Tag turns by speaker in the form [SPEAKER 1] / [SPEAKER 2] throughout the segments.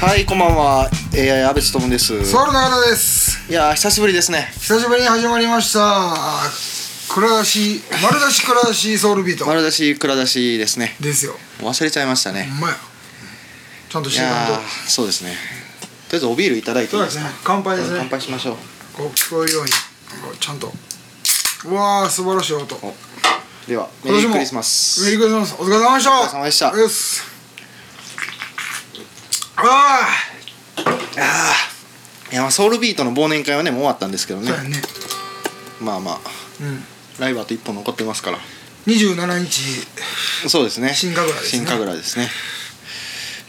[SPEAKER 1] はい、こんばんは。えー、安倍つともです。
[SPEAKER 2] ソウルの方です
[SPEAKER 1] いやー、久しぶりですね。
[SPEAKER 2] 久しぶりに始まりました倉出し丸出し倉出しソウルビート
[SPEAKER 1] 丸出し、蔵出しですね。
[SPEAKER 2] ですよ
[SPEAKER 1] 忘れちゃいました
[SPEAKER 2] ほ
[SPEAKER 1] ね。
[SPEAKER 2] んまやちゃんとし
[SPEAKER 1] い
[SPEAKER 2] ていかん
[SPEAKER 1] や
[SPEAKER 2] と
[SPEAKER 1] ー、そうですね。とりあえずおビールいただいてい
[SPEAKER 2] そう
[SPEAKER 1] い
[SPEAKER 2] で
[SPEAKER 1] ですす
[SPEAKER 2] ね
[SPEAKER 1] か。
[SPEAKER 2] 乾杯ですね
[SPEAKER 1] 乾杯しましょう。
[SPEAKER 2] こう聞こえるようにこうちゃんとうわー素晴らしい音
[SPEAKER 1] おでは、メリークリスマス。
[SPEAKER 2] メリークリスマスお疲れ様でした
[SPEAKER 1] お疲れ様でした
[SPEAKER 2] うっすあ
[SPEAKER 1] あーいやまあソウルビートの忘年会はねもう終わったんですけど
[SPEAKER 2] あ
[SPEAKER 1] ね
[SPEAKER 2] そうやね
[SPEAKER 1] まあまあ
[SPEAKER 2] うん
[SPEAKER 1] ライブあと1本残ってますから
[SPEAKER 2] 27日
[SPEAKER 1] そうですね
[SPEAKER 2] 新神楽ですね
[SPEAKER 1] 新神楽ですね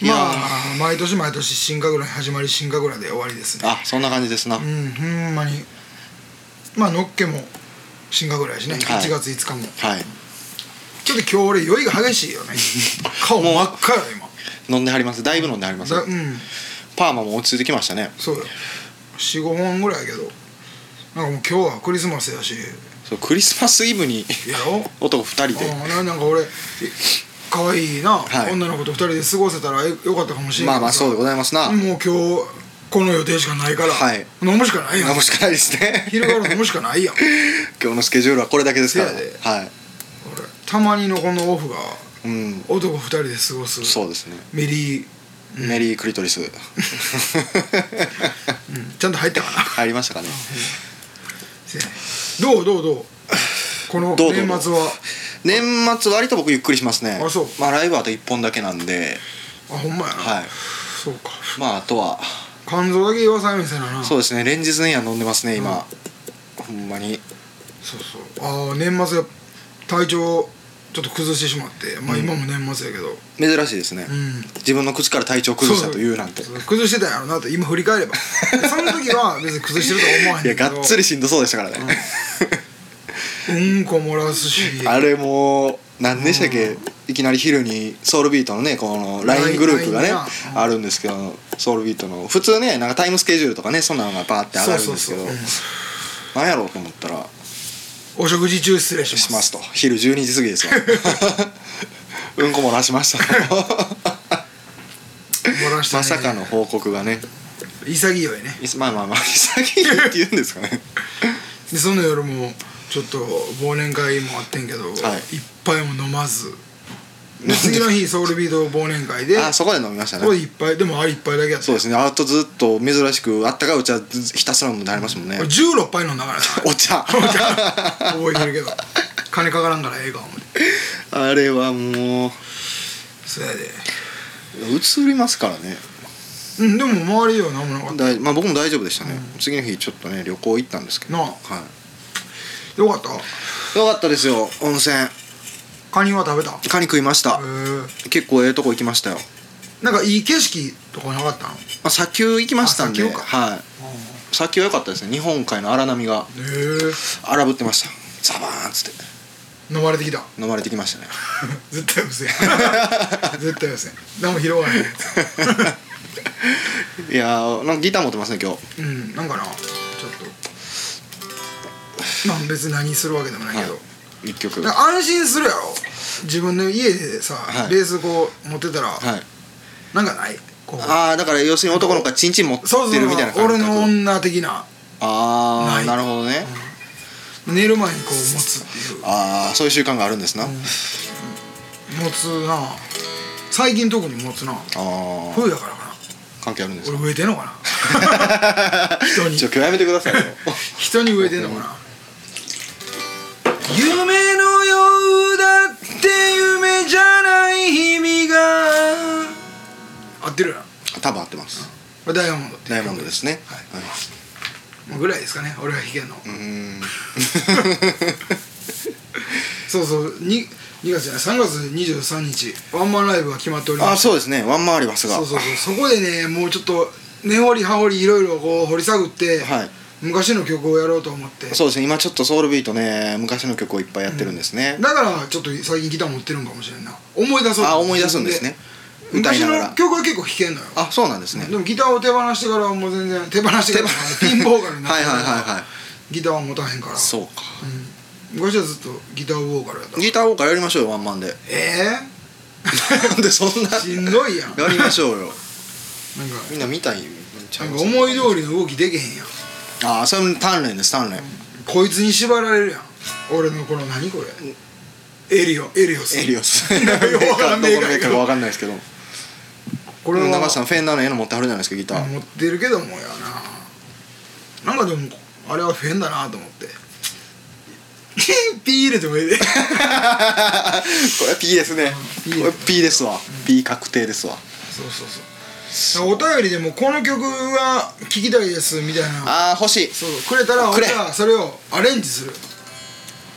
[SPEAKER 1] いや
[SPEAKER 2] まあ毎年毎年新神楽に始まり新神楽で終わりですね
[SPEAKER 1] あそんな感じですな、
[SPEAKER 2] うんほんまにまあのっけも新学ぐらいやしね、
[SPEAKER 1] はい
[SPEAKER 2] 1月5日も
[SPEAKER 1] はい
[SPEAKER 2] ちょっと今日俺酔いが激しいよ ね顔も真っ赤よ今
[SPEAKER 1] 飲んではりますだいぶ飲んではります
[SPEAKER 2] だうん
[SPEAKER 1] パーマも落ち着いてきましたね
[SPEAKER 2] そうよ45本ぐらいやけどなんかもう今日はクリスマスやし
[SPEAKER 1] そうクリスマスイブに
[SPEAKER 2] やろ
[SPEAKER 1] 男2人で
[SPEAKER 2] あななんか俺え可愛いな、
[SPEAKER 1] はい
[SPEAKER 2] 女の子と2人で過ごせたらよかったかもしれな
[SPEAKER 1] ま
[SPEAKER 2] い
[SPEAKER 1] あまあそうでございますな、
[SPEAKER 2] もう今日この予定しかないから、
[SPEAKER 1] はい
[SPEAKER 2] 飲むしかないやん
[SPEAKER 1] 飲むしかないですね
[SPEAKER 2] 昼から飲むしかないやん俺
[SPEAKER 1] 今日のスケジュールはこれだけですから
[SPEAKER 2] せやで
[SPEAKER 1] はい
[SPEAKER 2] たまにのこのオフが
[SPEAKER 1] うん
[SPEAKER 2] 男2人で過ごす
[SPEAKER 1] そうですね
[SPEAKER 2] メリー、
[SPEAKER 1] メリークリトリス
[SPEAKER 2] うん、ちゃんと入ったかな
[SPEAKER 1] 入りましたかね
[SPEAKER 2] せやねどうどうどうこの
[SPEAKER 1] どうど
[SPEAKER 2] 年
[SPEAKER 1] うどう
[SPEAKER 2] 末は
[SPEAKER 1] 年末割と僕ゆっくりしますね
[SPEAKER 2] あそう
[SPEAKER 1] まあライブはあと1本だけなんで
[SPEAKER 2] あほんまやな、
[SPEAKER 1] はい
[SPEAKER 2] そうか
[SPEAKER 1] まああとは
[SPEAKER 2] 肝臓だけ言わさない店なな
[SPEAKER 1] そうですね連日のようには飲んでますね今、ほんまに
[SPEAKER 2] そうそうああ年末や体調ちょっと崩してしまってまあ今も年末やけど
[SPEAKER 1] 珍しいですね、
[SPEAKER 2] うん
[SPEAKER 1] 自分の口から体調崩したと言うなんて
[SPEAKER 2] そう崩してたんやろなと今振り 返ればその時は別に崩してるとは思わへん
[SPEAKER 1] いや
[SPEAKER 2] けど
[SPEAKER 1] がっつりしんどそうでしたからね、
[SPEAKER 2] うんこ漏らすし
[SPEAKER 1] あれもう何でしたっけ、いきなり昼にソウルビートのねこの LINE グループがね
[SPEAKER 2] ラインラインな
[SPEAKER 1] あるんですけどソウルビートの普通ねなんかタイムスケジュールとかねそんなのがバーって上がるんですけど
[SPEAKER 2] そうそう
[SPEAKER 1] なんやろうと思ったら
[SPEAKER 2] お食事中失礼します
[SPEAKER 1] しますと昼12時過ぎですわうんこ漏らしましたと
[SPEAKER 2] 漏らした、
[SPEAKER 1] ま
[SPEAKER 2] ね、
[SPEAKER 1] さかの報告がね
[SPEAKER 2] 潔いよね
[SPEAKER 1] いまあまあまあ潔いって言うんですかね
[SPEAKER 2] でその夜もちょっと忘年会もあってんけど、い、っぱいも飲まずで次の日ソウルビート忘年会で
[SPEAKER 1] あそこで飲みました
[SPEAKER 2] ここ
[SPEAKER 1] ね
[SPEAKER 2] でいっぱいでもあれいっぱいだけやった
[SPEAKER 1] そうですねあとずっと珍しくあったかいお茶ずひたすら飲んでありましたもんね
[SPEAKER 2] 俺16杯飲んだからな
[SPEAKER 1] お茶
[SPEAKER 2] 覚えてるけど金かからんからええか思って
[SPEAKER 1] あれはもう
[SPEAKER 2] そやで
[SPEAKER 1] 映りますからね
[SPEAKER 2] うんでも周りでは何もなかった
[SPEAKER 1] だいまあ、僕も大丈夫でしたね、次の日ちょっとね旅行行ったんですけど、
[SPEAKER 2] なあ
[SPEAKER 1] は
[SPEAKER 2] よかった
[SPEAKER 1] い、よかったですよ温泉
[SPEAKER 2] カニは食べたへ
[SPEAKER 1] カニ食いました
[SPEAKER 2] え、ー、
[SPEAKER 1] 結構ええとこ行きましたよ、
[SPEAKER 2] なんかいい景色とかなかったの
[SPEAKER 1] まあ、砂丘行きましたんで
[SPEAKER 2] あ砂丘か
[SPEAKER 1] はい、砂丘は良かったですね日本海の荒波が
[SPEAKER 2] へえ
[SPEAKER 1] 荒ぶってましたザバーンっつって
[SPEAKER 2] 飲まれて きた
[SPEAKER 1] 飲まれてきましたね
[SPEAKER 2] 絶対うせえ絶対うせえ何も拾わない
[SPEAKER 1] いやーなんかギター持ってますね今日
[SPEAKER 2] うんなんかなちょっとまあ別に何するわけでもないけど、
[SPEAKER 1] 一曲
[SPEAKER 2] なん
[SPEAKER 1] は
[SPEAKER 2] か安心するやろ自分の家でさ、
[SPEAKER 1] はい
[SPEAKER 2] ベースこう持ってたら、
[SPEAKER 1] い
[SPEAKER 2] なんかないこう
[SPEAKER 1] ああだから要するに男の子がチンチン持って
[SPEAKER 2] そうそう
[SPEAKER 1] るみたいな感覚
[SPEAKER 2] 俺の女的な
[SPEAKER 1] あ
[SPEAKER 2] な
[SPEAKER 1] あ
[SPEAKER 2] い
[SPEAKER 1] なるほどね、
[SPEAKER 2] 寝る前にこう持つっていう
[SPEAKER 1] ああそういう習慣があるんですな、あ
[SPEAKER 2] 持つな最近特に持つな
[SPEAKER 1] あ
[SPEAKER 2] 冬やからかな
[SPEAKER 1] 関係あるんです
[SPEAKER 2] 俺
[SPEAKER 1] か
[SPEAKER 2] 植えてんのか な人に
[SPEAKER 1] ちょ今日やめてください よ
[SPEAKER 2] 人に植えてんのかな夢のようだって夢じゃない日々が合ってるよな
[SPEAKER 1] 多分合ってます
[SPEAKER 2] これダイヤモンドって
[SPEAKER 1] ダイヤモンドですね
[SPEAKER 2] はい
[SPEAKER 1] はい
[SPEAKER 2] もうぐらいですかね俺が弾けんの、
[SPEAKER 1] うーん
[SPEAKER 2] そうそう 2, 2月じゃない3月23日ワンマンライブが決まっておりま
[SPEAKER 1] あ
[SPEAKER 2] す
[SPEAKER 1] そうですねワンマンありますが
[SPEAKER 2] そうそうそうそこでねもうちょっと根掘り葉掘りいろいろこう掘り下ぐって、
[SPEAKER 1] はい
[SPEAKER 2] 昔の曲をやろうと思って
[SPEAKER 1] そうですね今ちょっとソウルビートね昔の曲をいっぱいやってるんですね、
[SPEAKER 2] だからちょっと最近ギター持ってるんかもしれんな思い出そう
[SPEAKER 1] あ思い出すんですね歌いな
[SPEAKER 2] 昔
[SPEAKER 1] が
[SPEAKER 2] の
[SPEAKER 1] ら
[SPEAKER 2] 曲は結構弾けんのよ
[SPEAKER 1] あそうなんですね、
[SPEAKER 2] でもギターを手放してからはもう全然手放してからはピンボーカルになってから
[SPEAKER 1] はいはいはいはい
[SPEAKER 2] ギターは持たへんから
[SPEAKER 1] そうか
[SPEAKER 2] 昔はずっとギターボーカルやった
[SPEAKER 1] ギターをからやりましょうよワンマンで
[SPEAKER 2] え
[SPEAKER 1] なんでそんな
[SPEAKER 2] えしんどいやん
[SPEAKER 1] やりましょうよ
[SPEAKER 2] なんか
[SPEAKER 1] みんな見たいちゃ
[SPEAKER 2] なん
[SPEAKER 1] う
[SPEAKER 2] か思い通りの動きできへんやん
[SPEAKER 1] ああそれも鍛錬です鍛錬
[SPEAKER 2] こいつに縛られるやん俺のこの何これエリオエリオス
[SPEAKER 1] エリオスメ
[SPEAKER 2] い
[SPEAKER 1] ー
[SPEAKER 2] やよくわ
[SPEAKER 1] カ
[SPEAKER 2] か
[SPEAKER 1] ー
[SPEAKER 2] ん
[SPEAKER 1] ど
[SPEAKER 2] ね
[SPEAKER 1] この
[SPEAKER 2] えから
[SPEAKER 1] メーカーかわかんないですけど
[SPEAKER 2] これは
[SPEAKER 1] 長瀬さんフェンダーの絵の持ってはるじゃないですかギター
[SPEAKER 2] 持ってるけどもやななんかでもあれはフェンだなと思ってピー入れ てもええで
[SPEAKER 1] これ P ですね
[SPEAKER 2] うん
[SPEAKER 1] これ P ですわ P 確定ですわ
[SPEAKER 2] そうそうそうお便りでもこの曲が聴きたいですみたいな
[SPEAKER 1] ああ欲しい
[SPEAKER 2] そうくれたら
[SPEAKER 1] くれ
[SPEAKER 2] 俺はそれをアレンジする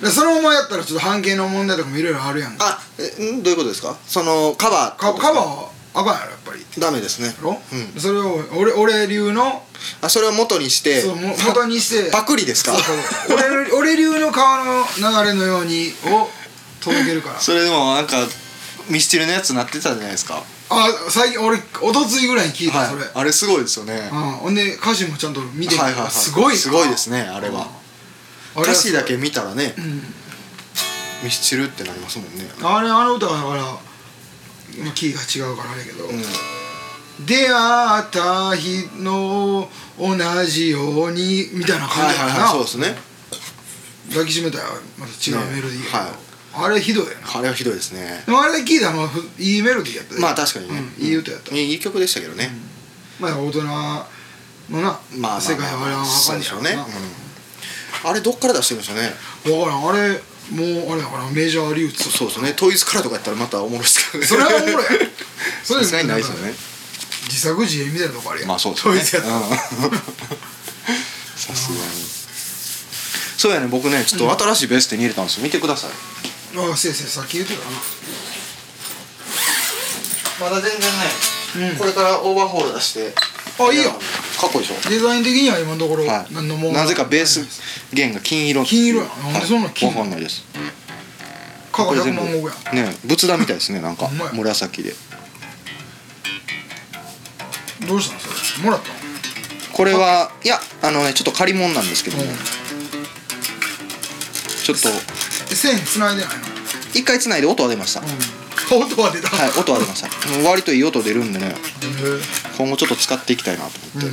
[SPEAKER 2] でそのままやったらちょっと半径の問題とかもいろいろあるやんか
[SPEAKER 1] あえんどういうことですかそのカバー
[SPEAKER 2] カカバーはあかんやろやっぱり
[SPEAKER 1] ダメですね
[SPEAKER 2] やろ、
[SPEAKER 1] う
[SPEAKER 2] それを俺俺流の
[SPEAKER 1] あそれを元にして
[SPEAKER 2] そうも元にして
[SPEAKER 1] パクリですか
[SPEAKER 2] そうそう俺俺流の川の流れのようにを届けるから
[SPEAKER 1] それでもなんかミスチルのやつなってたじゃないですか
[SPEAKER 2] あ最近俺一昨日ぐらいに聞いた、それ、
[SPEAKER 1] あれすごいですよねは
[SPEAKER 2] うん、ほんで歌詞もちゃんと見て
[SPEAKER 1] い
[SPEAKER 2] みた
[SPEAKER 1] はいはい
[SPEAKER 2] すごいな
[SPEAKER 1] すごいですねあれは
[SPEAKER 2] あれは
[SPEAKER 1] 歌詞だけ見たらね
[SPEAKER 2] うん
[SPEAKER 1] ミスチルってなりますもんね
[SPEAKER 2] あれあの歌はだからまあキーが違うからあれやけど、
[SPEAKER 1] うん
[SPEAKER 2] 出会った日の同じようにみたいな感
[SPEAKER 1] はい
[SPEAKER 2] じや
[SPEAKER 1] はい
[SPEAKER 2] な、
[SPEAKER 1] はいそうですね
[SPEAKER 2] 抱きしめたらまた違うメロディーやけど、
[SPEAKER 1] ね
[SPEAKER 2] あれひどいよな
[SPEAKER 1] あれはひどいですね
[SPEAKER 2] でもあれだけ聞いたらまあふいいメロディーやったで
[SPEAKER 1] まあ確かにね
[SPEAKER 2] うんいい歌やった、
[SPEAKER 1] いい曲でしたけどね
[SPEAKER 2] まあ大人のな、
[SPEAKER 1] まあまあ
[SPEAKER 2] 世界はあれは分
[SPEAKER 1] そ
[SPEAKER 2] か
[SPEAKER 1] うんでし
[SPEAKER 2] ねや
[SPEAKER 1] ょ
[SPEAKER 2] ろ
[SPEAKER 1] う
[SPEAKER 2] な
[SPEAKER 1] ねうんあれどっから出してるんでしょうね
[SPEAKER 2] 分からんあれもうあれだからメジャー流通
[SPEAKER 1] そうですねトイズからとかやったらまたおもろいですけどね
[SPEAKER 2] それはおもろいそれ
[SPEAKER 1] さすがにないですよね
[SPEAKER 2] 自作自演みたいなとこあるやん
[SPEAKER 1] まあそう
[SPEAKER 2] そうい
[SPEAKER 1] で
[SPEAKER 2] う
[SPEAKER 1] す
[SPEAKER 2] や
[SPEAKER 1] ね
[SPEAKER 2] つ
[SPEAKER 1] うん さすがにそうやね僕ねちょっと新しいベストに入れたんですよ見てください
[SPEAKER 2] ああせいせいさっき言ってた
[SPEAKER 1] まだ全然ね
[SPEAKER 2] なうん
[SPEAKER 1] これからオーバーホール出して
[SPEAKER 2] あいいよ
[SPEAKER 1] かっこいいでしょ
[SPEAKER 2] デザイン的には今のところ
[SPEAKER 1] はい
[SPEAKER 2] 何のも
[SPEAKER 1] なぜかベース弦が金色
[SPEAKER 2] 金色やなんでそんな金
[SPEAKER 1] わかんないです
[SPEAKER 2] かが
[SPEAKER 1] これ
[SPEAKER 2] 100
[SPEAKER 1] 全部
[SPEAKER 2] 万石やん
[SPEAKER 1] ね仏壇みたいですねなんか
[SPEAKER 2] ほんまや
[SPEAKER 1] 紫で
[SPEAKER 2] どうしたのそれもらったの
[SPEAKER 1] これはいやあのねちょっと借り物なんですけども
[SPEAKER 2] うん
[SPEAKER 1] ちょっと
[SPEAKER 2] え線繋いでないの
[SPEAKER 1] 一回繋いで音は出ました
[SPEAKER 2] うん音は出た
[SPEAKER 1] はい音は出ましたうん割といい音出るんでね
[SPEAKER 2] へ
[SPEAKER 1] 今後ちょっと使っていきたいなと
[SPEAKER 2] え
[SPEAKER 1] 思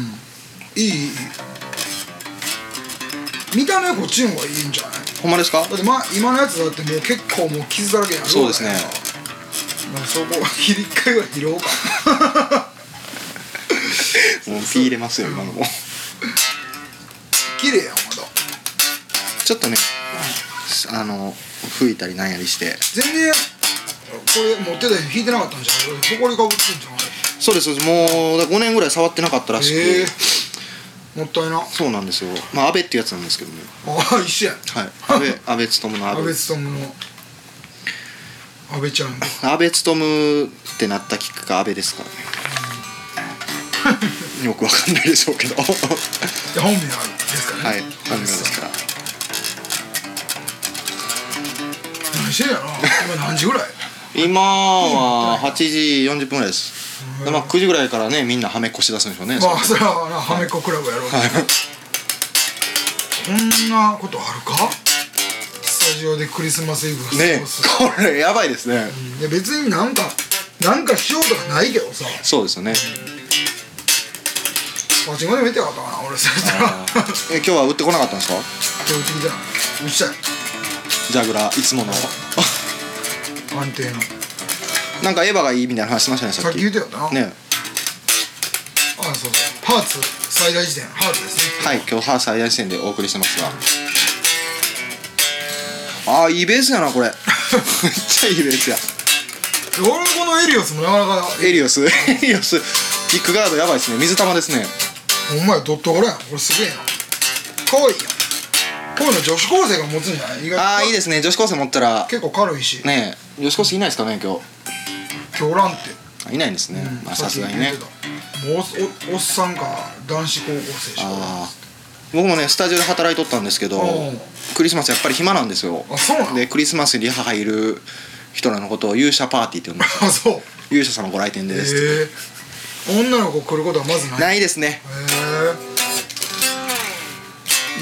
[SPEAKER 1] って、
[SPEAKER 2] いいいいいい見た目こっちの方がいいんじゃない
[SPEAKER 1] ほんまですか
[SPEAKER 2] だって、ま、今のやつだってもう結構もう傷だらけやん
[SPEAKER 1] そうですね
[SPEAKER 2] まあそこ一回ぐらい拾おうか
[SPEAKER 1] もうピー入れますよ今のも
[SPEAKER 2] 綺麗やんまだ
[SPEAKER 1] ちょっとねあの吹いたりなんやりして
[SPEAKER 2] 全然これ持ってた人引いてなかったんじゃん俺埃かぶってんじゃんあれ
[SPEAKER 1] そうですそうですもう5年ぐらい触ってなかったらしく
[SPEAKER 2] へ
[SPEAKER 1] て
[SPEAKER 2] えもったいな
[SPEAKER 1] そうなんですよまあ安倍ってやつなんですけどね
[SPEAKER 2] ああ一緒やん
[SPEAKER 1] はい安倍安倍勤の安
[SPEAKER 2] 安
[SPEAKER 1] 倍
[SPEAKER 2] 倍勤の安倍ちゃん
[SPEAKER 1] 安倍勤ってなったきっかけが安倍ですから ねよくわかんないでしょうけど は
[SPEAKER 2] で本名ですからね
[SPEAKER 1] い安倍ですから
[SPEAKER 2] 何してんやろ今何 時ぐらい
[SPEAKER 1] 今は8時40分ぐらいです、でまあ、9時ぐらいからねみんなはめっこしだすんでしょうね、
[SPEAKER 2] まあそれはなはめっこクラブやろうけどこんなことあるかスタジオでクリスマスイブを過ご
[SPEAKER 1] ね
[SPEAKER 2] す
[SPEAKER 1] これやばいですね
[SPEAKER 2] いや別になんかなんかしようとかないけどさ
[SPEAKER 1] そうですよね
[SPEAKER 2] パチンコでも見てよかったかな俺そした ら今日
[SPEAKER 1] え今日は売ってこなかったんですか
[SPEAKER 2] 打ってきたなうっしゃい
[SPEAKER 1] ジャグラーいつもの
[SPEAKER 2] 安定の
[SPEAKER 1] なんかエヴァがいいみたいな話しましたねさ
[SPEAKER 2] さ
[SPEAKER 1] っ
[SPEAKER 2] っき
[SPEAKER 1] き
[SPEAKER 2] 言ってよったな、
[SPEAKER 1] ね
[SPEAKER 2] あそうそうハーツ最大時点ハーツですね
[SPEAKER 1] はい今日は最大視点でお送りしてますがあーいいベースやなこれ めっちゃいいベースや
[SPEAKER 2] 俺このエリオスもなかなか
[SPEAKER 1] エリオスエリオスキックガードやばいですね水玉ですね
[SPEAKER 2] お前ドットこれやんこれすげえなかわいいやんこういうの女子高生が持つんじゃない意外
[SPEAKER 1] ああいい
[SPEAKER 2] で
[SPEAKER 1] ですね女子高生持ったら
[SPEAKER 2] 結構軽いし、
[SPEAKER 1] ねえ女子高生いないですかね今日
[SPEAKER 2] 今日ランって
[SPEAKER 1] あいないんですね、
[SPEAKER 2] うん
[SPEAKER 1] まあさすがにね
[SPEAKER 2] さっき言ってたもうおおっさんか男子高校生しか
[SPEAKER 1] ああ僕もねスタジオで働いとったんですけど
[SPEAKER 2] うん
[SPEAKER 1] クリスマスやっぱり暇なんですよ
[SPEAKER 2] あそうなの
[SPEAKER 1] でクリスマスにリハ入る人らのことを勇者パーティーって呼んでます
[SPEAKER 2] あそう
[SPEAKER 1] 勇者様ご来店
[SPEAKER 2] へ
[SPEAKER 1] です、
[SPEAKER 2] え女の子来ることはまずない
[SPEAKER 1] ないですね
[SPEAKER 2] へえ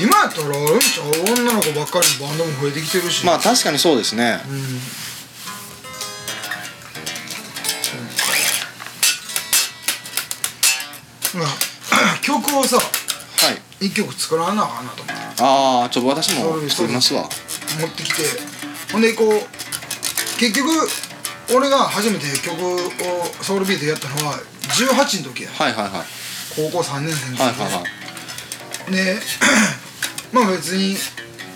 [SPEAKER 2] 今やったらうんちゃう女の子ばっかりのバンドも増えてきてるし
[SPEAKER 1] まあ確かにそうですね
[SPEAKER 2] うんあ 曲をさ
[SPEAKER 1] はい
[SPEAKER 2] 一曲作らなあかんなと思って
[SPEAKER 1] ああちょっと私も作りますわ
[SPEAKER 2] 持ってきてほんでこう結局俺が初めて曲をソウルビートやったのは18の時や
[SPEAKER 1] はいはいはい
[SPEAKER 2] 高校3年生の時
[SPEAKER 1] はいはいはい
[SPEAKER 2] で まあ別に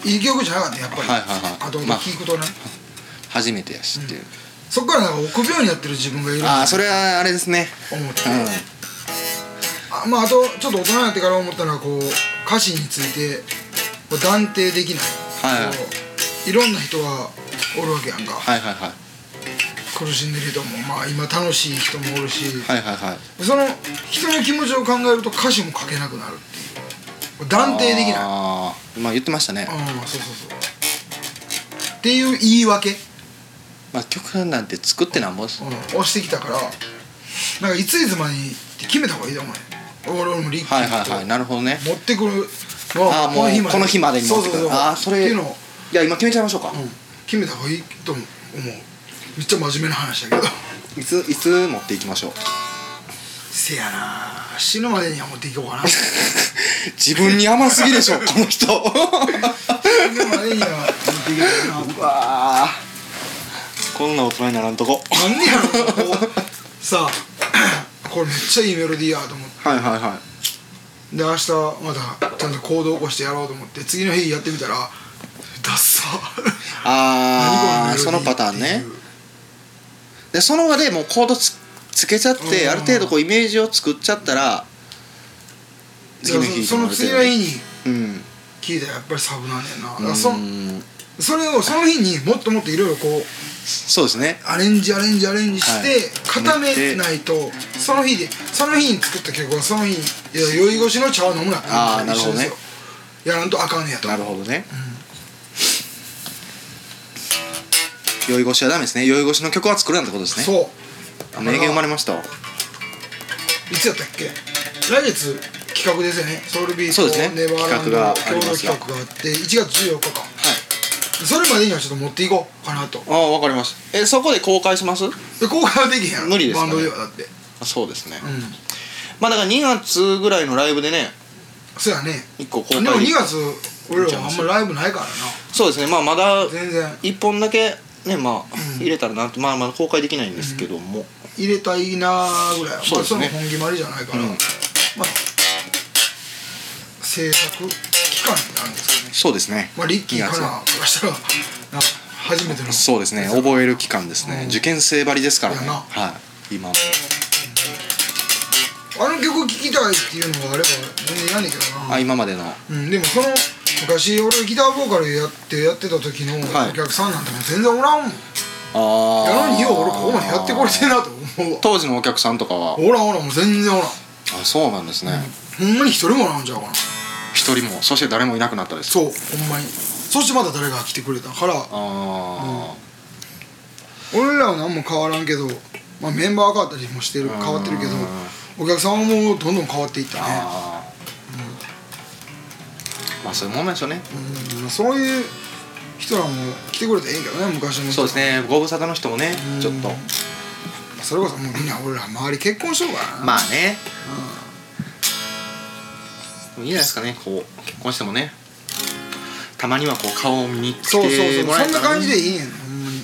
[SPEAKER 2] いい曲じゃなかったやっぱり、
[SPEAKER 1] はいはいはい
[SPEAKER 2] あと
[SPEAKER 1] まあ
[SPEAKER 2] 聞くとね、
[SPEAKER 1] 初めてやしっていう、
[SPEAKER 2] そこからなんか臆病になってる自分がいる
[SPEAKER 1] ああ
[SPEAKER 2] な
[SPEAKER 1] それはあれですね
[SPEAKER 2] と思って、
[SPEAKER 1] う
[SPEAKER 2] あまああとちょっと大人になってから思ったのはこう歌詞についてこう断定できない、
[SPEAKER 1] はい
[SPEAKER 2] こういろんな人がおるわけやんか、
[SPEAKER 1] んはいはいはい
[SPEAKER 2] 苦しんでる人もまあ今楽しい人もおるし、
[SPEAKER 1] はいはいはい
[SPEAKER 2] その人の気持ちを考えると歌詞も書けなくなるっていう断定できない
[SPEAKER 1] ああまあ言ってましたね、
[SPEAKER 2] うんそうそうそうっていう言い訳、
[SPEAKER 1] まあ、曲なんて作ってなんぼです、
[SPEAKER 2] うん、をしてきたからなんかいついつまでにって決めた方がいいと思うね俺もリッキ
[SPEAKER 1] はいはいはい
[SPEAKER 2] ー
[SPEAKER 1] なるほどね
[SPEAKER 2] と持ってくるの
[SPEAKER 1] ああもうこの日までに
[SPEAKER 2] そ
[SPEAKER 1] 持
[SPEAKER 2] う
[SPEAKER 1] って
[SPEAKER 2] そう
[SPEAKER 1] くる
[SPEAKER 2] そう
[SPEAKER 1] ああそれ
[SPEAKER 2] っていうのを、
[SPEAKER 1] いや今決めちゃいましょうか、
[SPEAKER 2] うん決めた方がいいと思うめっちゃ真面目な話だけ ど
[SPEAKER 1] いついつ持っていきましょう
[SPEAKER 2] せやな死ぬまでには持っていこうかな死
[SPEAKER 1] 自分に甘すぎでしょこの 人
[SPEAKER 2] ぬまでには持っていこうかな
[SPEAKER 1] うわあこんな大人にならんとこ
[SPEAKER 2] なんでやろこうさあこれめっちゃいいメロディーやと思って
[SPEAKER 1] はいはいは
[SPEAKER 2] で明日またちゃんと行動起こしてやろうと思って次の日やってみたらダッサ
[SPEAKER 1] いああ
[SPEAKER 2] 何こ
[SPEAKER 1] そ
[SPEAKER 2] のメロディー
[SPEAKER 1] のパターン
[SPEAKER 2] っ
[SPEAKER 1] ね
[SPEAKER 2] ていう
[SPEAKER 1] でその場でもうコードつつけちゃっ
[SPEAKER 2] う
[SPEAKER 1] て
[SPEAKER 2] ん
[SPEAKER 1] ある程度こうイメージを作っちゃったら次の日
[SPEAKER 2] その次の日に
[SPEAKER 1] うん
[SPEAKER 2] 聞いたらやっぱりサブなんねんなだか
[SPEAKER 1] う
[SPEAKER 2] らそ
[SPEAKER 1] ん
[SPEAKER 2] それをその日にもっともっといろいろこう
[SPEAKER 1] そうですね
[SPEAKER 2] アレンジアレンジアレンジして、
[SPEAKER 1] はい
[SPEAKER 2] 固めないとその日でその日に作った曲はその日にいや酔い越しの茶を飲むなって
[SPEAKER 1] あーなるほどね
[SPEAKER 2] 一緒ですよやらんとあかんねやと
[SPEAKER 1] なるほどね、酔い越しはダメですね酔い越しの曲は作るなんてことですね
[SPEAKER 2] そう
[SPEAKER 1] あ名言生まれましたわ
[SPEAKER 2] いつやったっけ来月企画ですよねソウルビー
[SPEAKER 1] そうで
[SPEAKER 2] ト
[SPEAKER 1] すね
[SPEAKER 2] ネバーラン
[SPEAKER 1] 企
[SPEAKER 2] ド
[SPEAKER 1] 画があ
[SPEAKER 2] 共
[SPEAKER 1] り
[SPEAKER 2] 同
[SPEAKER 1] ます
[SPEAKER 2] 企
[SPEAKER 1] が
[SPEAKER 2] 画があって1月14日かそれまでにはちょっと持っていこうかなと
[SPEAKER 1] ああわかりましたえそこで公開します
[SPEAKER 2] で公開はできへんやろ
[SPEAKER 1] 無理です
[SPEAKER 2] バ
[SPEAKER 1] か
[SPEAKER 2] ン
[SPEAKER 1] ね
[SPEAKER 2] ドではだってう
[SPEAKER 1] あそうですね、
[SPEAKER 2] ん
[SPEAKER 1] まあだから2月ぐらいのライブでね
[SPEAKER 2] そうやね
[SPEAKER 1] 1個公開
[SPEAKER 2] でも2
[SPEAKER 1] で
[SPEAKER 2] 月俺らはあんまライブないからな
[SPEAKER 1] そうですねまあまだ
[SPEAKER 2] 全然
[SPEAKER 1] 1本だけねまあ入れたらなってまあまだ公開できないんですけども、
[SPEAKER 2] 入れたいなぐらい
[SPEAKER 1] そうですね
[SPEAKER 2] まあその本決まりじゃないから、
[SPEAKER 1] うん
[SPEAKER 2] まあ制作期間になるんですかね
[SPEAKER 1] そうですね
[SPEAKER 2] まあリッキーかな
[SPEAKER 1] 2
[SPEAKER 2] からしたらな初めての
[SPEAKER 1] 月そうですね覚える期間ですね、
[SPEAKER 2] うん
[SPEAKER 1] 受験生ばりですからね
[SPEAKER 2] いやな
[SPEAKER 1] はい今も
[SPEAKER 2] あの曲聴きたいっていうのがあれば全然やんねんけどな、
[SPEAKER 1] あ今までの
[SPEAKER 2] うん、でもその昔俺ギターボーカルやってやってた時の
[SPEAKER 1] はい
[SPEAKER 2] お客さんなんてもう全然おらんもん、
[SPEAKER 1] ああ
[SPEAKER 2] やのによう俺ここまでやってこれてんなと思うわ
[SPEAKER 1] 当時のお客さんとかは
[SPEAKER 2] おらんおらんもう全然おらん
[SPEAKER 1] あそうなんですね
[SPEAKER 2] ほんまに一人もおらんちゃうかな
[SPEAKER 1] 一、人もそして誰もいなくなったです
[SPEAKER 2] そうほんまにそしてまた誰が来てくれたから
[SPEAKER 1] あ
[SPEAKER 2] 俺らは何も変わらんけど、まあ、メンバーは変わったりもしてる変わってるけどお客さんはもうどんどん変わっていっ
[SPEAKER 1] あ
[SPEAKER 2] たね
[SPEAKER 1] あーまあそういうもんなんでしょうね
[SPEAKER 2] うんまあそういう人らも来てくれてええんけどね昔の人
[SPEAKER 1] そうですねご無沙汰の人もね
[SPEAKER 2] うん
[SPEAKER 1] ちょっと
[SPEAKER 2] それこそもうみんな俺ら周り結婚しようからな
[SPEAKER 1] まあねいいんじゃないですかねこう結婚してもねたまにはこう顔を見に来
[SPEAKER 2] そうそうそ
[SPEAKER 1] て
[SPEAKER 2] う
[SPEAKER 1] もらえ
[SPEAKER 2] そん
[SPEAKER 1] た
[SPEAKER 2] な
[SPEAKER 1] らね
[SPEAKER 2] 感じでいいねんほんまに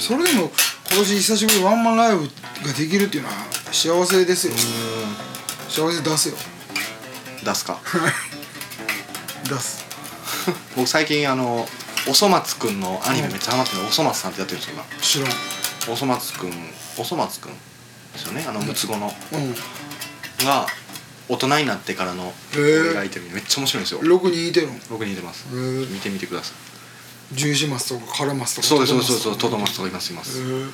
[SPEAKER 2] それでも今年久しぶりにワンマンライブができるっていうのは幸せですよ幸せ出すよ
[SPEAKER 1] うん出すか
[SPEAKER 2] 出す
[SPEAKER 1] 僕最近あのおそ松くんのアニメめっちゃハマってるおそ松さんってやってるんですよ今
[SPEAKER 2] 知らん
[SPEAKER 1] おそ松くんおそ松くんですよねあの六つ子の
[SPEAKER 2] うん
[SPEAKER 1] が大人になってからの
[SPEAKER 2] へー
[SPEAKER 1] 描いてるめっちゃ面白いんですよ
[SPEAKER 2] 6人いてるの
[SPEAKER 1] 僕に似てます
[SPEAKER 2] へえ
[SPEAKER 1] 見てみてください
[SPEAKER 2] 十字マスとかカラマスとか
[SPEAKER 1] そうですそうですそうです
[SPEAKER 2] ト
[SPEAKER 1] ト
[SPEAKER 2] ド
[SPEAKER 1] ド
[SPEAKER 2] マ
[SPEAKER 1] マ
[SPEAKER 2] ス
[SPEAKER 1] ツとかいますいま
[SPEAKER 2] へ
[SPEAKER 1] す
[SPEAKER 2] え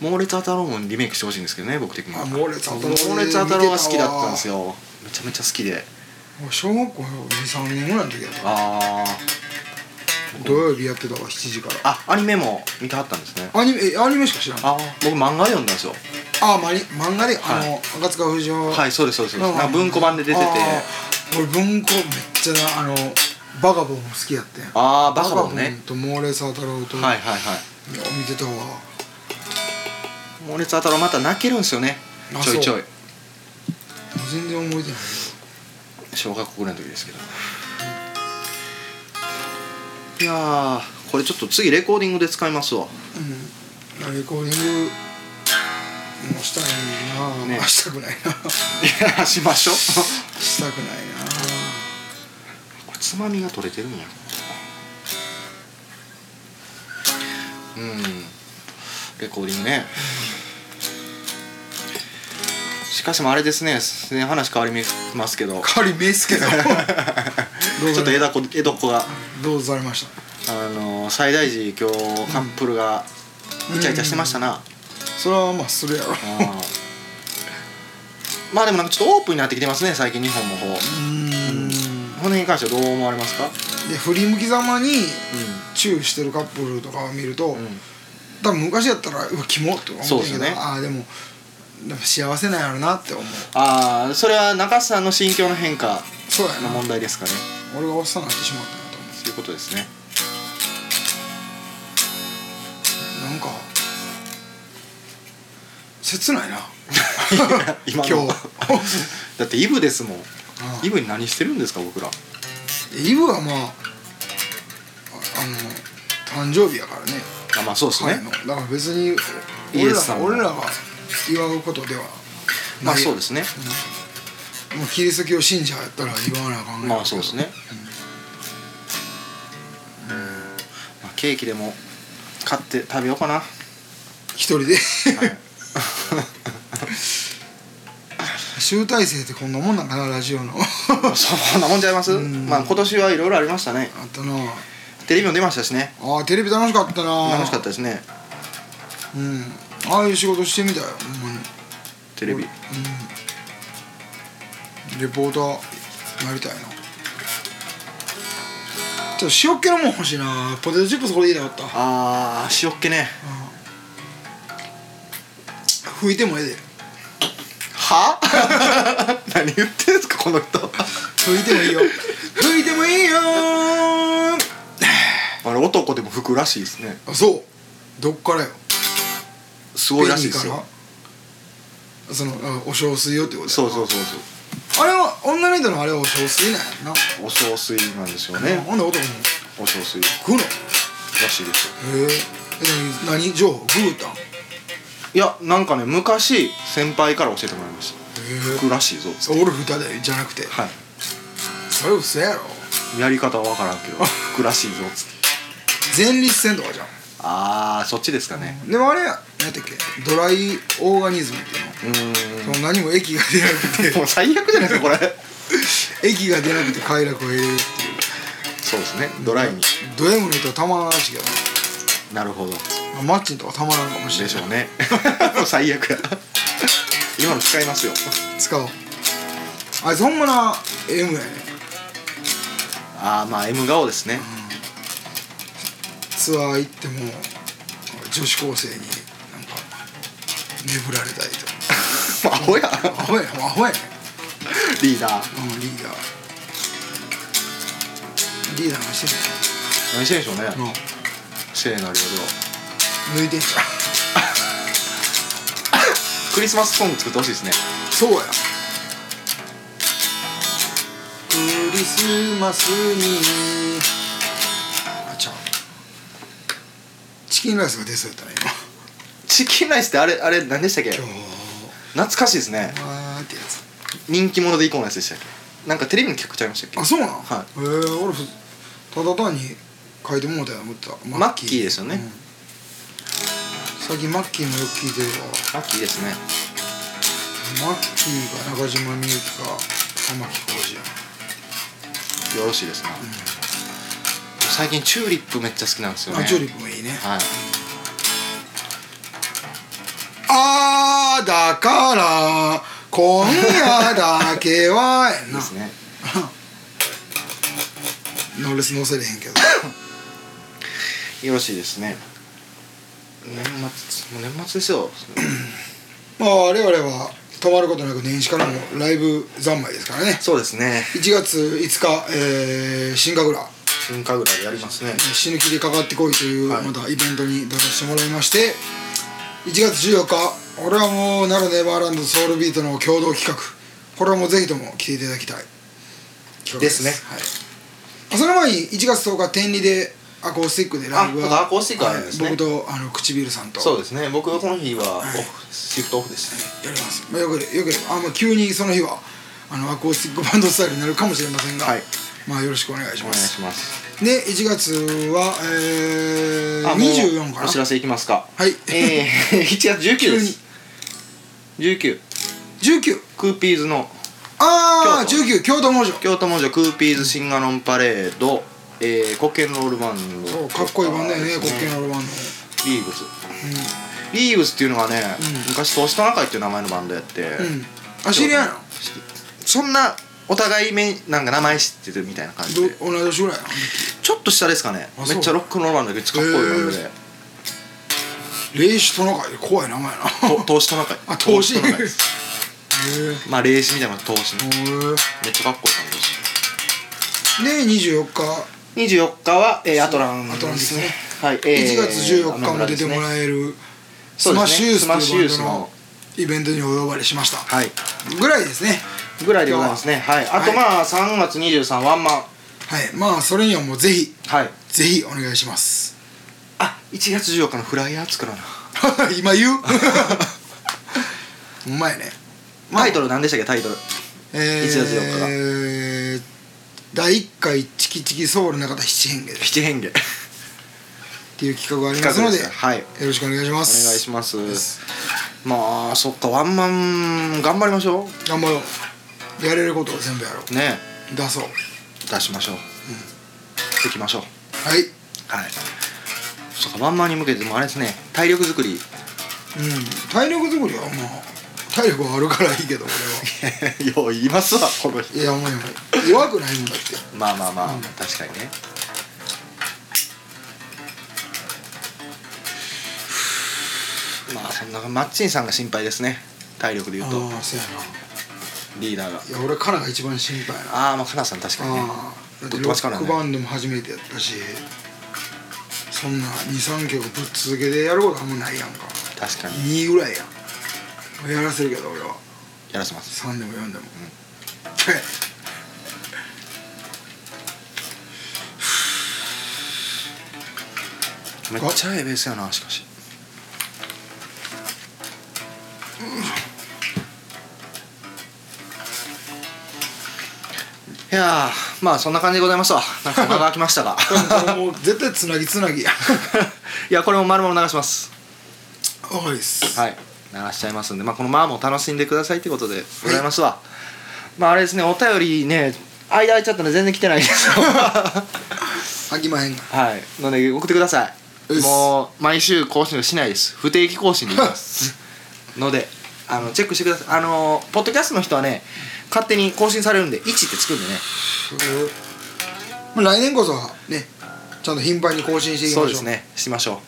[SPEAKER 1] 猛烈当たろうもリメイクしてほしいんですけどね僕的には
[SPEAKER 2] あ猛烈当たろう
[SPEAKER 1] 猛烈当たろうが好きだったんですよめちゃめちゃ好きで
[SPEAKER 2] 俺小学校23年ぐらいの時やった
[SPEAKER 1] あ
[SPEAKER 2] 土曜日やってたわ7時から
[SPEAKER 1] ああアニメも見てはったんですね
[SPEAKER 2] アニメえアニメしか知らんあ
[SPEAKER 1] あ僕漫画読んだんですよ
[SPEAKER 2] あマリ漫画であ
[SPEAKER 1] は
[SPEAKER 2] の赤塚不二夫
[SPEAKER 1] はいそうですそうですなんか文庫版で出てて
[SPEAKER 2] あー俺文庫めっちゃなあのバガボンも好きやってん
[SPEAKER 1] ああバカボンね
[SPEAKER 2] と猛烈当たろうと、
[SPEAKER 1] はいはいはい
[SPEAKER 2] いや見てたわ
[SPEAKER 1] 猛烈当たろうまた泣けるんですよね
[SPEAKER 2] あ
[SPEAKER 1] ちょいちょい
[SPEAKER 2] 全然覚えてない
[SPEAKER 1] 小学校ぐらいの時ですけどいやーこれちょっと次レコーディングで使いますわ
[SPEAKER 2] けど、うん、レコーディングもうしたいなあ、
[SPEAKER 1] ね
[SPEAKER 2] あしたくないな
[SPEAKER 1] いやしましょう
[SPEAKER 2] したくないな
[SPEAKER 1] これつまみが取れてるんやうんレコーディングねしかしもあれですね全然話変わりますけど
[SPEAKER 2] 狩り目っすけ どどう
[SPEAKER 1] ちょ
[SPEAKER 2] ぞ
[SPEAKER 1] っと江戸っ子江戸っ子が
[SPEAKER 2] どうされました
[SPEAKER 1] あの最大時今日カップルがイチャイチャしてましたな、
[SPEAKER 2] それはまあするやろう
[SPEAKER 1] あーまあでもなんかちょっとオープンになってきてますね最近日本もこう
[SPEAKER 2] ーん
[SPEAKER 1] この辺に関してはどう思われますか
[SPEAKER 2] で振り向きざまに
[SPEAKER 1] う
[SPEAKER 2] チューしてるカップルとかを見ると、
[SPEAKER 1] ん、
[SPEAKER 2] 多分昔やったらうわキモって思
[SPEAKER 1] そう
[SPEAKER 2] う
[SPEAKER 1] で
[SPEAKER 2] け
[SPEAKER 1] す
[SPEAKER 2] ど、
[SPEAKER 1] よね
[SPEAKER 2] ああでもでも幸せなんやろなって思う
[SPEAKER 1] ああそれは中須さんの心境の変化
[SPEAKER 2] そうやな
[SPEAKER 1] の問題ですかね
[SPEAKER 2] 俺がおっさんになってしまったなと思
[SPEAKER 1] そういうことです ね
[SPEAKER 2] うなんか切ないな
[SPEAKER 1] 今の
[SPEAKER 2] 今日
[SPEAKER 1] だってイブですもん
[SPEAKER 2] あ
[SPEAKER 1] イブに何してるんですか僕ら
[SPEAKER 2] イブはまあああの誕生日やからね
[SPEAKER 1] あまあそうです
[SPEAKER 2] 彼
[SPEAKER 1] ね
[SPEAKER 2] のだから別に
[SPEAKER 1] イ
[SPEAKER 2] 俺
[SPEAKER 1] エ
[SPEAKER 2] ら
[SPEAKER 1] スさんも
[SPEAKER 2] 俺らが祝うことでは
[SPEAKER 1] まあそうですね
[SPEAKER 2] もうキリスト教信者やったら祝わなあかんねんけど
[SPEAKER 1] まあそうですねまあ、ケーキでも買って食べようかな、
[SPEAKER 2] 一人で
[SPEAKER 1] はい
[SPEAKER 2] 集大成ってこんなもんなんかなラ ジオのあ
[SPEAKER 1] そんなもんちゃいます、
[SPEAKER 2] うん
[SPEAKER 1] まあ今年はいろいろありましたね
[SPEAKER 2] ったな
[SPEAKER 1] テレビも出ましたしね
[SPEAKER 2] あーテレビ楽しかったな
[SPEAKER 1] 楽しかったですね
[SPEAKER 2] うんああいう仕事してみたよほんまに
[SPEAKER 1] テレビ
[SPEAKER 2] うんレポーターなりたいなちょっと塩っ気のもん欲しいなポテトチップスこれでいいなかった
[SPEAKER 1] あー塩っ気ね
[SPEAKER 2] 拭いてもええで
[SPEAKER 1] は 何言ってんすかこの人
[SPEAKER 2] 拭いて もいいよ拭いてもいいよー
[SPEAKER 1] あれ男でも吹くらしいですね
[SPEAKER 2] あそうどっからよ
[SPEAKER 1] すごいらしいです
[SPEAKER 2] ペニ
[SPEAKER 1] よ
[SPEAKER 2] ーからそのあお小水よってことやな
[SPEAKER 1] そうそうそうそ
[SPEAKER 2] あれは女の人のあれはお小水なんや
[SPEAKER 1] うお小水なんですよ
[SPEAKER 2] な
[SPEAKER 1] ね
[SPEAKER 2] ほんで男も
[SPEAKER 1] お小水
[SPEAKER 2] 食うのへ
[SPEAKER 1] らしいですよ
[SPEAKER 2] ええ何情報食うたんへ
[SPEAKER 1] いやなんかね昔先輩から教えてもらいました吹
[SPEAKER 2] え
[SPEAKER 1] くらしいぞ
[SPEAKER 2] 俺蓋でじゃなくて
[SPEAKER 1] は
[SPEAKER 2] それ嘘やろ
[SPEAKER 1] いやり方は分からん けど吹くらしいぞつって
[SPEAKER 2] 前立腺とかじゃん
[SPEAKER 1] あーそっちですかね
[SPEAKER 2] でもあれ何やったっけドライオーガニズムっていうの
[SPEAKER 1] うーん
[SPEAKER 2] その何も液が出な く
[SPEAKER 1] もう最悪じゃないですかこれ
[SPEAKER 2] て 液が出なくて快楽を得れるって
[SPEAKER 1] そうですねドライに
[SPEAKER 2] いうド M の人はたまらんらしいけど
[SPEAKER 1] なるほど
[SPEAKER 2] なマッチンとかたまらんかもしれ
[SPEAKER 1] でし
[SPEAKER 2] な
[SPEAKER 1] ょ
[SPEAKER 2] いう
[SPEAKER 1] ね もう最悪や今の使いますよ
[SPEAKER 2] 使おうあいつほんまな M やね
[SPEAKER 1] ああまあ M 顔ですね
[SPEAKER 2] ツアー行っても女子高生になんか眠られたりと か
[SPEAKER 1] アホや
[SPEAKER 2] アホやねアホやね
[SPEAKER 1] リーダー
[SPEAKER 2] うんリーダーリーダーがして
[SPEAKER 1] 何してんでしょうね
[SPEAKER 2] んのの
[SPEAKER 1] 聖なる夜を
[SPEAKER 2] 抜いてんじゃ
[SPEAKER 1] クリスマスソング作ってほしいですね
[SPEAKER 2] んそうやクリスマスにあちゃうチキンライスが出そうやったね
[SPEAKER 1] チキンライスってあれあれ何でしたっけ
[SPEAKER 2] 今今
[SPEAKER 1] 懐かしいですね
[SPEAKER 2] 日わーってやつ
[SPEAKER 1] 人気者でいこうのやつでしたっけなんかテレビの企画ちゃいましたっけ
[SPEAKER 2] あそうなん、
[SPEAKER 1] は
[SPEAKER 2] えー、俺ふただ単に書いてもうたや思ってた
[SPEAKER 1] マッキーですよね
[SPEAKER 2] うん最近マッキーもよく聞いてるわ
[SPEAKER 1] ラッキーですね
[SPEAKER 2] マッキーが中島みゆきか玉置浩二や
[SPEAKER 1] よろしいですね、最近チューリップめっちゃ好きなんですよね
[SPEAKER 2] あチューリップもいいね
[SPEAKER 1] はい
[SPEAKER 2] あーだから今夜だけはやん
[SPEAKER 1] いい
[SPEAKER 2] な
[SPEAKER 1] ですね
[SPEAKER 2] ノーレス乗せれ へんけど
[SPEAKER 1] よろしいですね年末もう年末です よ
[SPEAKER 2] まあ我々は止まることなく年始からもライブ三昧ですからね
[SPEAKER 1] そうですね
[SPEAKER 2] 1月5日、えー、新神楽
[SPEAKER 1] 新神楽やりますね
[SPEAKER 2] 死ぬ気でかかってこいという、
[SPEAKER 1] はい
[SPEAKER 2] またイベントに出させてもらいまして1月14日俺はもう奈良ネバーランドソウルビートの共同企画これはもうぜひとも来ていただきたい企画
[SPEAKER 3] ですね
[SPEAKER 2] はいあ、その前に1月10日天理でアコースティックでライブ
[SPEAKER 1] あなんかアコースティックあるんですね
[SPEAKER 2] はい僕とあの唇さんと
[SPEAKER 1] そうですね僕はこの日はオ
[SPEAKER 2] はい
[SPEAKER 1] フシフトオフでしたね
[SPEAKER 2] やります、まあ、よくよくあ、まあ、急にその日はあのアコースティックバンドスタイルになるかもしれませんが、
[SPEAKER 3] はい
[SPEAKER 2] まあよろしくお願い
[SPEAKER 3] お
[SPEAKER 2] し
[SPEAKER 3] 願
[SPEAKER 2] ま
[SPEAKER 3] い
[SPEAKER 2] す
[SPEAKER 3] します
[SPEAKER 2] で1月は、えー、
[SPEAKER 1] あもう
[SPEAKER 2] 24か
[SPEAKER 3] お
[SPEAKER 2] な
[SPEAKER 3] 知らせいきますか
[SPEAKER 2] はい
[SPEAKER 1] えー、1月19です19
[SPEAKER 2] 19
[SPEAKER 1] クーピーズの
[SPEAKER 2] ああ
[SPEAKER 1] 京
[SPEAKER 2] 19京都文書
[SPEAKER 1] 京都文書クーピーズシンガロンパレード、えー、コケンロールバンド
[SPEAKER 2] そうかっこいいバンドやね
[SPEAKER 1] とかで
[SPEAKER 2] 国
[SPEAKER 1] す
[SPEAKER 2] 旗のロマンの
[SPEAKER 1] リーブスリーブスっていうのがね、昔投資トナカイっていう名前のバンドやって、
[SPEAKER 2] うん、うん、あ知り合いなの
[SPEAKER 1] そんなお互いめなんか名前知ってるみたいな感じで
[SPEAKER 2] ど同い年ぐらいなの
[SPEAKER 1] ちょっと下ですかね
[SPEAKER 2] あそう
[SPEAKER 1] めっちゃロックのローランドめっちゃかっこいいバンドで
[SPEAKER 2] へ霊視トナカイ怖い名前やな
[SPEAKER 1] と投資トナカイ
[SPEAKER 2] あ投資へ
[SPEAKER 1] 投資トナカイ
[SPEAKER 2] え
[SPEAKER 1] まあ霊視みたいな投資ね
[SPEAKER 2] で
[SPEAKER 1] めっちゃかっこいいバンドです
[SPEAKER 2] 24日
[SPEAKER 1] 24日は、えー、アトラン
[SPEAKER 2] アトランですね
[SPEAKER 1] はい、え
[SPEAKER 2] 1月14日も出ても
[SPEAKER 1] え
[SPEAKER 2] らえるス
[SPEAKER 1] そう
[SPEAKER 2] マッ
[SPEAKER 1] で
[SPEAKER 2] シ
[SPEAKER 1] す
[SPEAKER 2] ュユ
[SPEAKER 1] ね
[SPEAKER 2] ース
[SPEAKER 1] スマッシュ
[SPEAKER 2] というバンド
[SPEAKER 1] ユ
[SPEAKER 2] の
[SPEAKER 1] ー
[SPEAKER 2] イベントにお呼ばれしました
[SPEAKER 1] はい
[SPEAKER 2] ぐらいですね
[SPEAKER 1] ぐらいでございますねはいあとまあ3月23ワンマン
[SPEAKER 2] はいまあそれにはもうぜひ
[SPEAKER 1] はい
[SPEAKER 2] ぜひお願いします
[SPEAKER 1] あ1月14日のフライヤー作らな
[SPEAKER 2] 今言う うまいね
[SPEAKER 1] タイトル何でしたっけタイトル
[SPEAKER 2] え
[SPEAKER 1] 1月
[SPEAKER 2] ー、第1回チキチキソウル中田七変化っ
[SPEAKER 1] 七変化
[SPEAKER 2] ていう企画がありますので
[SPEAKER 1] 企画ですはい
[SPEAKER 2] よろしくお願いしま
[SPEAKER 1] お
[SPEAKER 2] す
[SPEAKER 1] 願いしますまあそっかワンマン頑張りましょ
[SPEAKER 2] 頑張ろうやれることを全部やろ
[SPEAKER 1] うね
[SPEAKER 2] う出そう
[SPEAKER 1] 出しましょう、できましょう
[SPEAKER 2] はい
[SPEAKER 1] はいそっかワンマンに向けてでもあれですね体力作り
[SPEAKER 2] うん体力作りはまあ体力はあるからいいけ ど俺は
[SPEAKER 1] よう言いますわこの人
[SPEAKER 2] いやもうやばい弱くないもんだって
[SPEAKER 1] まあまあまあ、確かにねまあそんなマッチンさんが心配ですね体力で言うと
[SPEAKER 2] ああそうや
[SPEAKER 1] リーダーが
[SPEAKER 2] ないや俺カナが一番心配やなあ
[SPEAKER 1] ああまあかなさん確かにね
[SPEAKER 2] あだって
[SPEAKER 1] ぶっ飛ば
[SPEAKER 2] ロ
[SPEAKER 1] しか
[SPEAKER 2] ッ
[SPEAKER 1] ら
[SPEAKER 2] ク
[SPEAKER 1] ね
[SPEAKER 2] バンドも初めてやったしそんな23曲ぶっ続けでやることあんまないやんか
[SPEAKER 1] 確かに
[SPEAKER 2] 2ぐらいやんやらせるけど俺は
[SPEAKER 1] やらせます
[SPEAKER 2] 3でも4でも、
[SPEAKER 1] めっちゃええベースやなしかしいやーまあそんな感じでございますわなんか間が空きましたが
[SPEAKER 2] もう 絶対つなぎつなぎや
[SPEAKER 1] いやこれも丸々流します
[SPEAKER 2] わかりです
[SPEAKER 1] はい流しちゃいますんで、まあ、この「まあ」も楽しんでくださいってことでございますわ、まああれですねお便りね間空いちゃったんで全然来てないんですよ
[SPEAKER 2] 飽きまへんが
[SPEAKER 1] はいので送ってくださ
[SPEAKER 2] うっ
[SPEAKER 1] い
[SPEAKER 2] す
[SPEAKER 1] もう毎週更新はしないです不定期更新でいきます のであのチェックしてくださいあのポッドキャストの人はね勝手に更新されるんで1ってつくんでね
[SPEAKER 2] まあ来年こそはねちゃんと頻繁に更新していきましょ
[SPEAKER 1] そううですねしましょ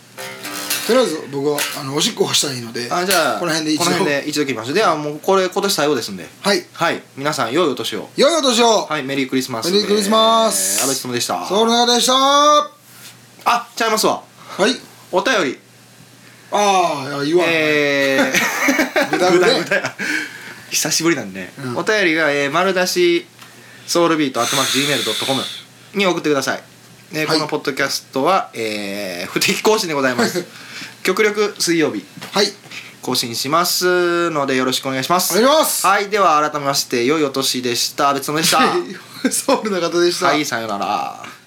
[SPEAKER 2] とりあえず僕はあのおしっこをしたいので
[SPEAKER 1] うあじゃあ
[SPEAKER 2] この辺で一
[SPEAKER 1] この
[SPEAKER 2] 度
[SPEAKER 1] 辺で一度切りましょうではもうこれ今年最後ですんで
[SPEAKER 2] はい
[SPEAKER 1] はい皆さん良いお年を
[SPEAKER 2] 良いお年を、
[SPEAKER 1] はいメリークリスマス
[SPEAKER 2] メリークリスマス
[SPEAKER 1] えー安倍勤でした
[SPEAKER 2] ソウルナでしたは
[SPEAKER 1] あちゃいますわ
[SPEAKER 2] い
[SPEAKER 1] お便り
[SPEAKER 2] ああ言わん、
[SPEAKER 1] えー
[SPEAKER 2] ぐだぐだ
[SPEAKER 1] ぐだや久しぶりなんで、
[SPEAKER 2] うん
[SPEAKER 1] お便りが、えー、丸出しソウルビート atmarkgmail.com に送ってください、ね
[SPEAKER 2] はい
[SPEAKER 1] このポッドキャストは、えー不定期更新でございます 極力水曜日
[SPEAKER 2] はい
[SPEAKER 1] 更新しますのでよろしくお願いしま
[SPEAKER 2] お
[SPEAKER 1] す
[SPEAKER 2] 願いします
[SPEAKER 1] はいでは改めまして良いお年でした別のでした
[SPEAKER 2] ソウルの方でした、
[SPEAKER 1] はいさようなら